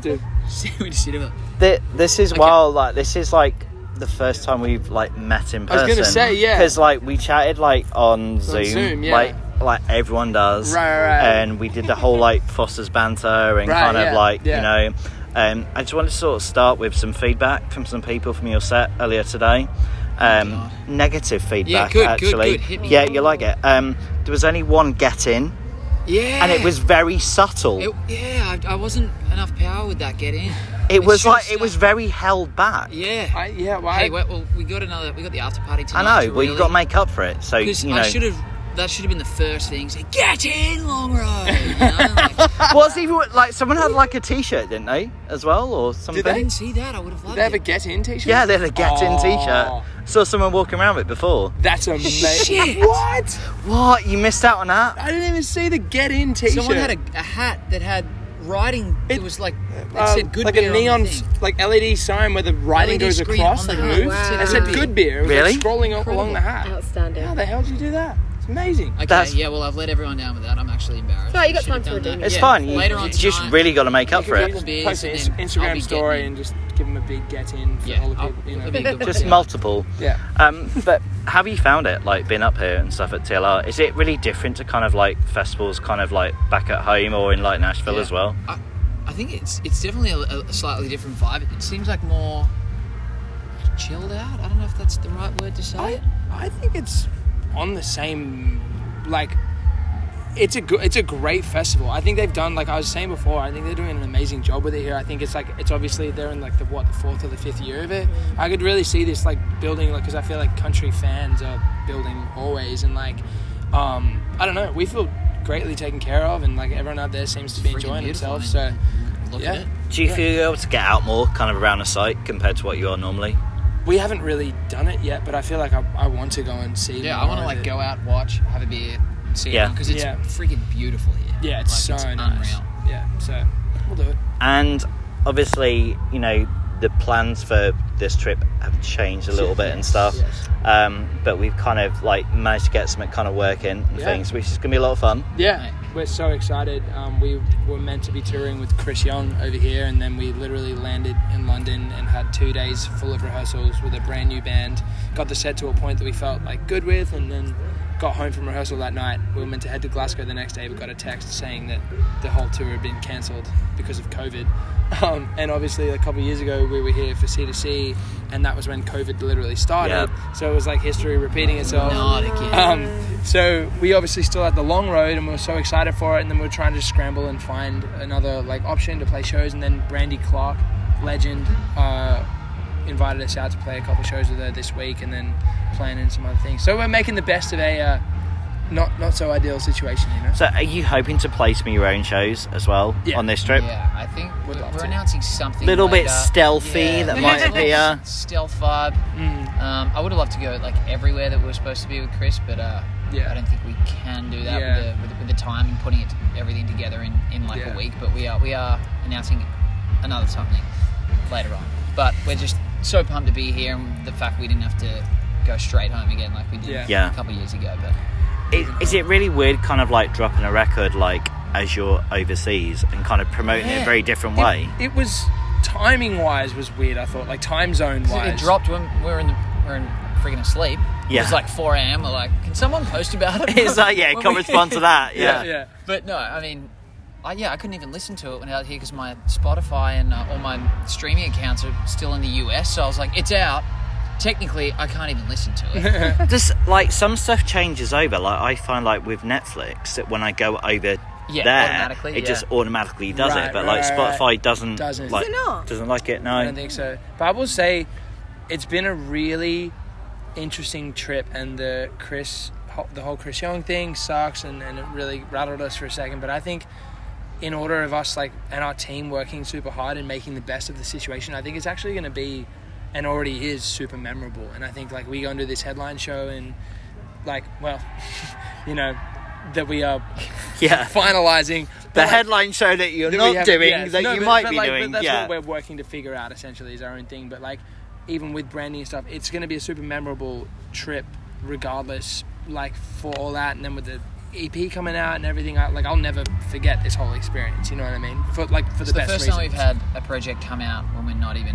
dude. we just shit him up. Th- this is Okay. wild. Like this is like the first time we've like met in I was person. gonna say, yeah. Because like we chatted like on Zoom, Zoom, yeah. like like everyone does. Right, right, right. And we did the whole like Foster's banter and Right, kind of yeah, like yeah. you know. Um, I just wanted to sort of start with some feedback from some people from your set earlier today. Um, negative feedback, Oh, good, good, actually. good. Hit me. Yeah, you like it. Um, there was only one get in, Yeah. and it was very subtle. It- yeah, I, I wasn't enough power with that get in. It It was should like it was stop. very held back. Yeah. I, yeah, well, hey, I, well, well, we got another. We got the after party tonight. I know, so well, really- you've got to make up for it. So you 'cause know, I should have. That should have been the first thing. Say, get in, long road. You know, like, was even like someone had like a T-shirt, didn't they, as well, or something? I didn't see that. I would have loved they have a it. get in t shirt? Yeah, they had a Get In Aw. T-shirt. Saw someone walking around with it before. That's amazing. Shit. What? What? You missed out on that? I didn't even see the get in t shirt. Someone had a, a hat that had writing. It, was like it said Uh, good like beer a neon, on the s- thing. like LED sign where the writing LED goes screen across on and the hat. moves. Wow. It said good beer. It was Really? like scrolling al- along the hat. Outstanding. How the hell did you do that? It's amazing. Okay, That's- yeah, well, I've let everyone down with that. I'm actually embarrassed. Right, you I got should have time to done redeem that. it. It's Yeah, fine. You, later on you just tonight- really got to make up for Couple it. beers Post an and Inst- then I'll be Instagram story getting- and just give them a big get in for Yeah, all the I'll- people. You it'll know, be good. Just Yeah. multiple. yeah. Um, but how have you found it, like being up here and stuff at TLR? Is it really different to kind of like festivals, kind of like back at home or in like Nashville Yeah. as well? I, I think it's it's definitely a, a slightly different vibe. It seems like more chilled out. I don't know if that's the right word to say. I, I think it's on the same like it's a good it's a great festival. I think they've done like I was saying before. I think they're doing an amazing job with it here. I think it's like it's obviously they're in like the what the fourth or the fifth year of it. I could really see this like building like because I feel like country fans are building always and like um I don't know we feel greatly taken care of and like everyone out there seems to be Friggin' enjoying beautiful, themselves. So man. Look at yeah. it. Do you feel able to get out more, kind of around the site, compared to what you are normally? we haven't really done it yet, but I feel like I, I want to go and see. Yeah, I more want to of like it. go out, watch, have a beer, see Yeah. yeah. because it's Yeah. freaking beautiful here. Yeah, it's Like, so it's nice. unreal. Yeah, so we'll do it. and obviously you know the plans for this trip have changed a little bit and stuff Yes. um, but we've kind of like managed to get some kind of work in and Yeah. things which is gonna be a lot of fun Yeah, we're so excited. Um, we were meant to be touring with Chris Young over here, and then we literally landed in London and had two days full of rehearsals with a brand new band. Got the set to a point that we felt like good with, and then got home from rehearsal that night. We were meant to head to Glasgow the next day, but got a text saying that the whole tour had been cancelled because of COVID. Um, and obviously, a couple of years ago, we were here for C2C, and that was when COVID literally started. So it was like history repeating itself. Not again. Um, so we obviously still had the long road, and we were so excited for it. And then we were trying to scramble and find another like option to play shows. And then Brandy Clark, legend, uh, invited us out to play a couple shows with her this week, and then planning some other things. So we're making the best of a uh, not not so ideal situation, you know. so are you hoping to play some of your own shows as well Yeah. on this trip Yeah, I think Would we're, love we're to. announcing something. Little bit later. stealthy, that might be, uh, stealth vibe. Mm. Um, I would have loved to go like everywhere that we were supposed to be with Chris, but uh, Yeah. I don't think we can do that Yeah. with, the, with, the, with the time and putting it everything together in, in like Yeah. a week. But we are we are announcing another something later on. But we're just so pumped to be here, and the fact we didn't have to go straight home again like we did Yeah. Yeah. a couple years ago. But is, is it really weird kind of like dropping a record like as you're overseas and kind of promoting it in a Yeah. very different It- way It, was timing wise was weird. I thought like time zone 'Cause wise. It dropped when we were in the we were in freaking asleep. It Yeah. was like 4 a.m. We're like, can someone post about it? it's like yeah When can't we- respond to that yeah, yeah. But no, I mean, I, yeah, I couldn't even listen to it when I was here because my Spotify and uh, all my streaming accounts are still in the US. So I was like, it's out. Technically, I can't even listen to it. just like some stuff changes over like i find like with netflix that when i go over Yeah, there automatically, it just yeah. automatically does Right, it but like right, right, spotify right. doesn't Doesn't. like Is it not? doesn't like it I no don't think so. But I will say, it's been a really interesting trip, and the Chris, the whole Chris Young thing sucks, and, and it really rattled us for a second. But I think, in order of us like and our team working super hard and making the best of the situation, I think it's actually going to be, and already is, super memorable. And I think like we go into this headline show and, like, well, you know, that we are yeah finalizing the But, like, headline show that you're that we not haven't- doing yes. that No, you but- might but be like, but doing that's yeah what we're working to figure out essentially is our own thing but like even with branding and stuff it's going to be a super memorable trip regardless like for all that and then with the EP coming out and everything, I, like I'll never forget this whole experience. You know what I mean? For like for the It's the best first reasons. time we've had a project come out when we're not even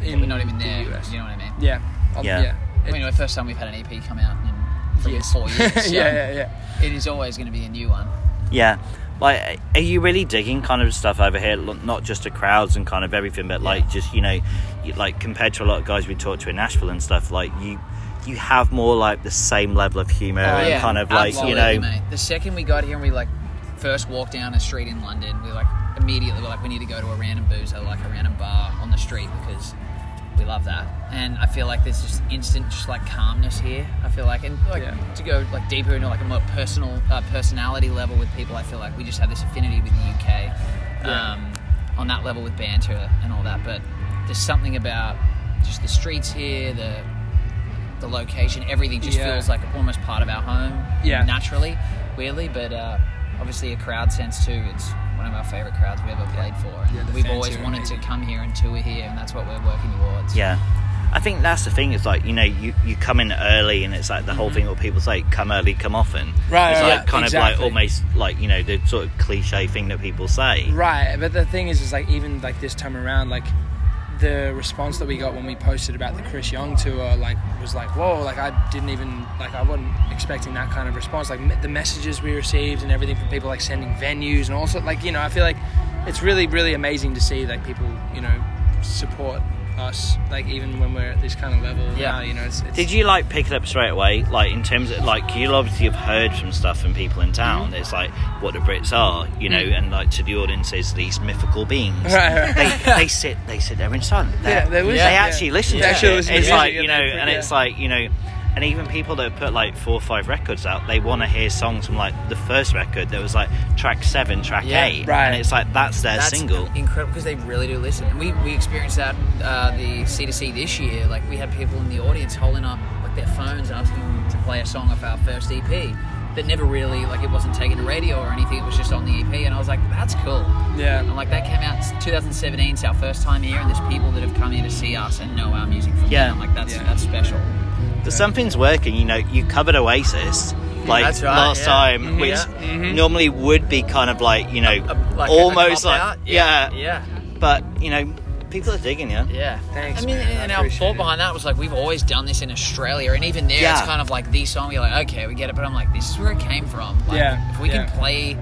when we're not even there. The US. You know what I mean? Yeah. I'll- Yeah. I It- mean, the first time we've had an EP come out in freaking Yes. four years. So yeah, yeah, yeah. It is always going to be a new one. Yeah. Like, are you really digging kind of stuff over here? L- Not just the crowds and kind of everything, but like just you know, you- like compared to a lot of guys we talked to in Nashville and stuff, like you, you have more like the same level of humor Oh, and Oh, yeah, kind of like you know, absolutely, mate. The second we got here and we like first walked down a street in London, we like immediately were like, we need to go to a random boozer, like a random bar on the street because we love that. And I feel like there's just instant, just like calmness here. I feel like, and like Yeah. to go like deeper into like a more personal uh, personality level with people, I feel like we just have this affinity with the UK Yeah. um, on that level with banter and all that. But there's something about just the streets here, the the location, everything just Yeah. feels like almost part of our home. Yeah. Naturally, weirdly, but uh, obviously a crowd sense too. It's one of our favorite crowds we've ever played for. And Yeah, the we've fans always here are wanted to amazing. come here and tour here, and that's what we're working towards. yeah. I think that's the thing. Is like you know, you you come in early, and it's like the whole thing where people say, "Come early, come often." Mm-hmm. Right, It's right, like right. kind of like Exactly. almost like you know the sort of cliche thing that people say. Right, but the thing is, is like even like this time around, like the response that we got when we posted about the Chris Young tour, like was like, whoa, like I didn't even like I wasn't expecting that kind of response. Like me- the messages we received and everything from people like sending venues and also like you know I feel like it's really really amazing to see like people you know support us like even when we're at this kind of level. Yeah. now, you know. It's, it's, Did you like pick it up straight away? Like in terms of like you'll obviously have heard from stuff from people in Mm-hmm. town. It's like what the Brits are, you know, and like to the audience is these mythical beings. Mm. Right, right. They, they sit they sit there in silence. They, Yeah, they they, listen, yeah. actually listen They to actually it. listen to it's music like and you know, they- and it's yeah. like you know, and even people that have put like four or five records out, they want to hear songs from like the first record that was like track seven, track Yeah, eight, right. and it's like that's their That's single. incredible because they really do listen. And we, we experienced that uh, the C2C this year. Like, we had people in the audience holding up like their phones asking them to play a song off our first EP that never really, like, it wasn't taken to radio or anything. It was just on the EP. And I was like, that's cool. Yeah. And, like, that came out in 2017. It's our first time here, and there's people that have come here to see us and know our music from Yeah. there. I'm like, that's, Yeah. that's special. But something's working, you know. You covered Oasis like That's right, last yeah. time, Mhm. which Yeah. Mhm. normally would be kind of like you know, A- like a almost like cop-out? yeah, Yeah. But you know, people are digging you. Yeah. Thanks, I mean, man. I and our appreciate thought it. behind that was like, we've always done this in Australia, and even there, Yeah. it's kind of like the song. You're like, okay, we get it, but I'm like, this is where it came from. Like, Yeah, If we yeah. can play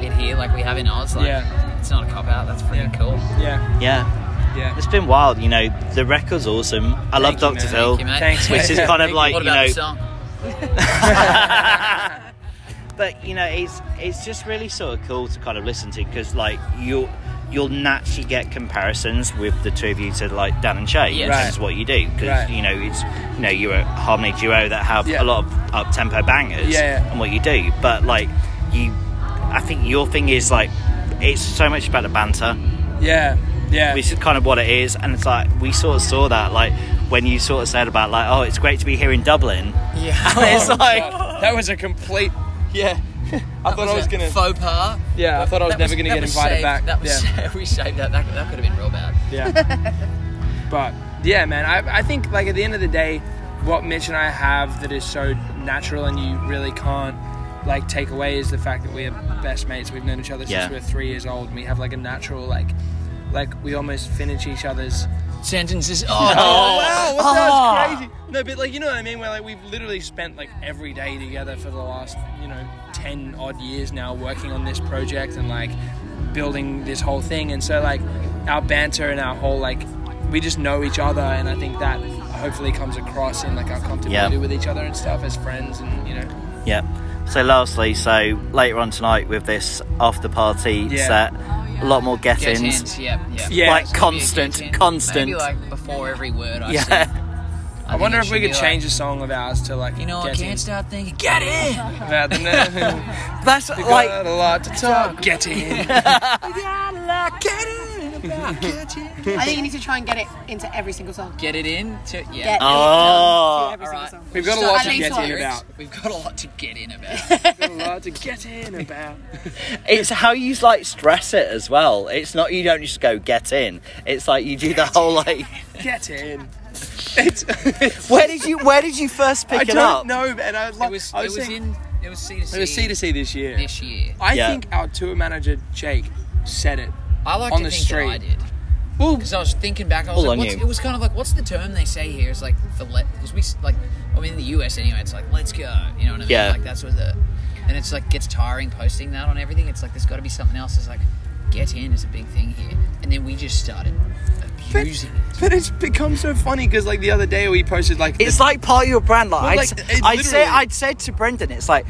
it here, like we have in Oz, like Yeah. it's not a cop out. That's pretty Yeah. cool. Yeah, Yeah, yeah. it's been wild. You know, the record's awesome. I love you, Doctor man. Phil, Thank you, mate. Thanks, which man. is kind of like what you about know, the song? but you know, it's it's just really sort of cool to kind of listen to because like you you'll naturally get comparisons with the two of you to like Dan and Shay in Yes. terms of what you do because Right. you know it's you know you're a harmony duo that have Yeah. a lot of up tempo bangers Yeah, yeah. and what you do, but like you, I think your thing is like it's so much about the banter Yeah, yeah. which is kind of what it is and it's like we sort of saw that like when you sort of said about like oh it's great to be here in dublin Yeah. and it's Oh, like God. that was a complete. Yeah, I thought I was a gonna. faux pas. Yeah, I thought I was That never gonna that get was invited saved. back. That was Yeah. we saved that. That, that could have been real bad. Yeah. but yeah, man, I, I think like at the end of the day, what Mitch and I have that is so natural and you really can't like take away is the fact that we are best mates. We've known each other Yeah. since we were three years old. And we have like a natural like like we almost finish each other's Sentences. Oh, Oh, wow, what- Ah. that was crazy. No, but like you know what I mean. Where like we've literally spent like every day together for the last you know ten odd years now working on this project and like building this whole thing. And so like our banter and our whole like we just know each other, and I think that hopefully comes across in like our comfortability Yeah. with each other and stuff as friends and you know. yeah so lastly so later on tonight with this after party Yeah. Oh, set a lot more Get get-ins hints. Yeah, yeah. Yeah. like Maybe a constant get-in. constant Maybe like before every word I said. yeah I, think wonder it if we should be could like, change a song of ours to like You know, I get in. can't stop thinking. Get in. About the- we that's got like a lot to talk. Get in. I think you need to try and get it into every single song. Get it in. To, yeah. Get Oh. it into every Alright. single song. We've got a Just lot at to least get one. in about. We've got a lot to get in about. Got a lot to get in about. it's how you like stress it as well it's not you don't just go get in it's like you do the whole like Get in. It's, it's where did you where did you first pick I it don't up know, and I was It like, was. I It was was saying, in It was C to C. It was C to C this year. this year. I Yeah. think our tour manager Jake said it. I like on to the think street. that I did. Well, because I was thinking back, I was Well, like, on what's, you. it was kind of like, what's the term they say here? It's like the let because we s- like, I mean, in the US anyway, it's like let's go, you know what I mean? Yeah. Like that's what the, and it's like gets tiring posting that on everything. It's like there's got to be something else. It's like get in is a big thing here, and then we just started but, abusing it. but it's become so funny because like the other day we posted like It's like part of your brand. Like, Well, I'd, like, s- it I'd say, literally- I'd said to Brendan, it's like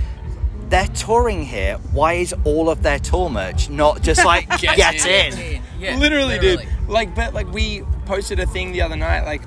they're touring here. Why is all of their tour merch not just like get, in? Yeah, literally, dude. Like, but like we posted a thing the other night, like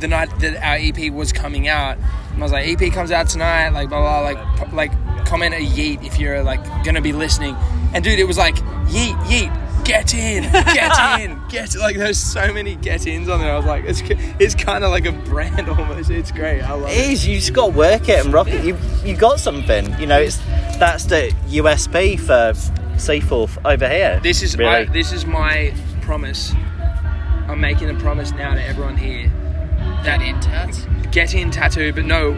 the night that our EP was coming out, and I was like, EP comes out tonight, like blah blah, like po- like comment a yeet if you're like gonna be listening, and dude, it was like yeet yeet. Get in, get in, get like. There's so many get ins on there. I was like, it's it's kind of like a brand almost. It's great. I love It it. is. You just got to work it and rock it. You you got something. You know, it's that's the USP for Seaforth over here. This is really. I, this is my promise. I'm making a promise now to everyone here that in tats. get in tattoo, but no,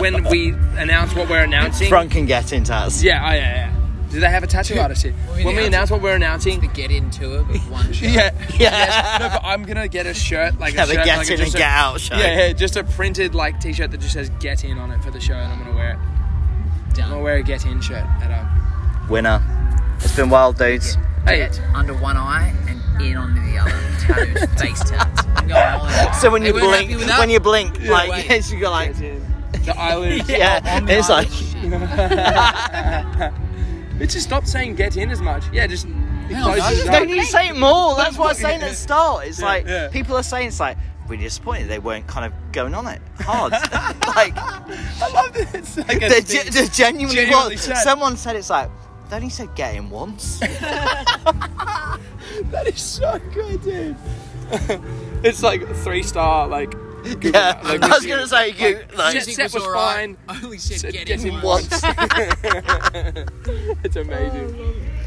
when we announce what we're announcing. Front can get in tats. Yeah, oh, yeah, yeah. Do they have a tattoo artist here? we when we announce announce what we're announcing. The get into it with one shot. Yeah, Yeah. No, but I'm gonna get a shirt like Have a a shirt, get like in just and get out shirt. Yeah, yeah, just a printed like T-shirt that just says "Get In" on it for the show, and I'm gonna wear it. I'm gonna done. wear a "Get In" shirt at um. Winner. It's been wild, dudes. Hey, Get under one eye and in onto the other. Tattoos, face tats. I'm going all out. So when They you weren't happy blink, with that? when you blink, like wait. yes, you go like Get In. The eyelids. yeah. It's like It just stopped saying "Get In" as much. Yeah, just. it Hell no, closes just it don't up. need to say it more. That's what I was saying at the start. It's like yeah. people are saying it's like we're disappointed they weren't kind of going on it hard. like I love this. It's like a they thing. ge- they genuinely, Genuinely was. said. Someone said it's like they only said get in once. That is so good, dude. it's like three star, like. Google yeah, that. I was gonna say you like, Just- Music set was fine. alright. I only said, Said get, get in, in once. once. it's amazing.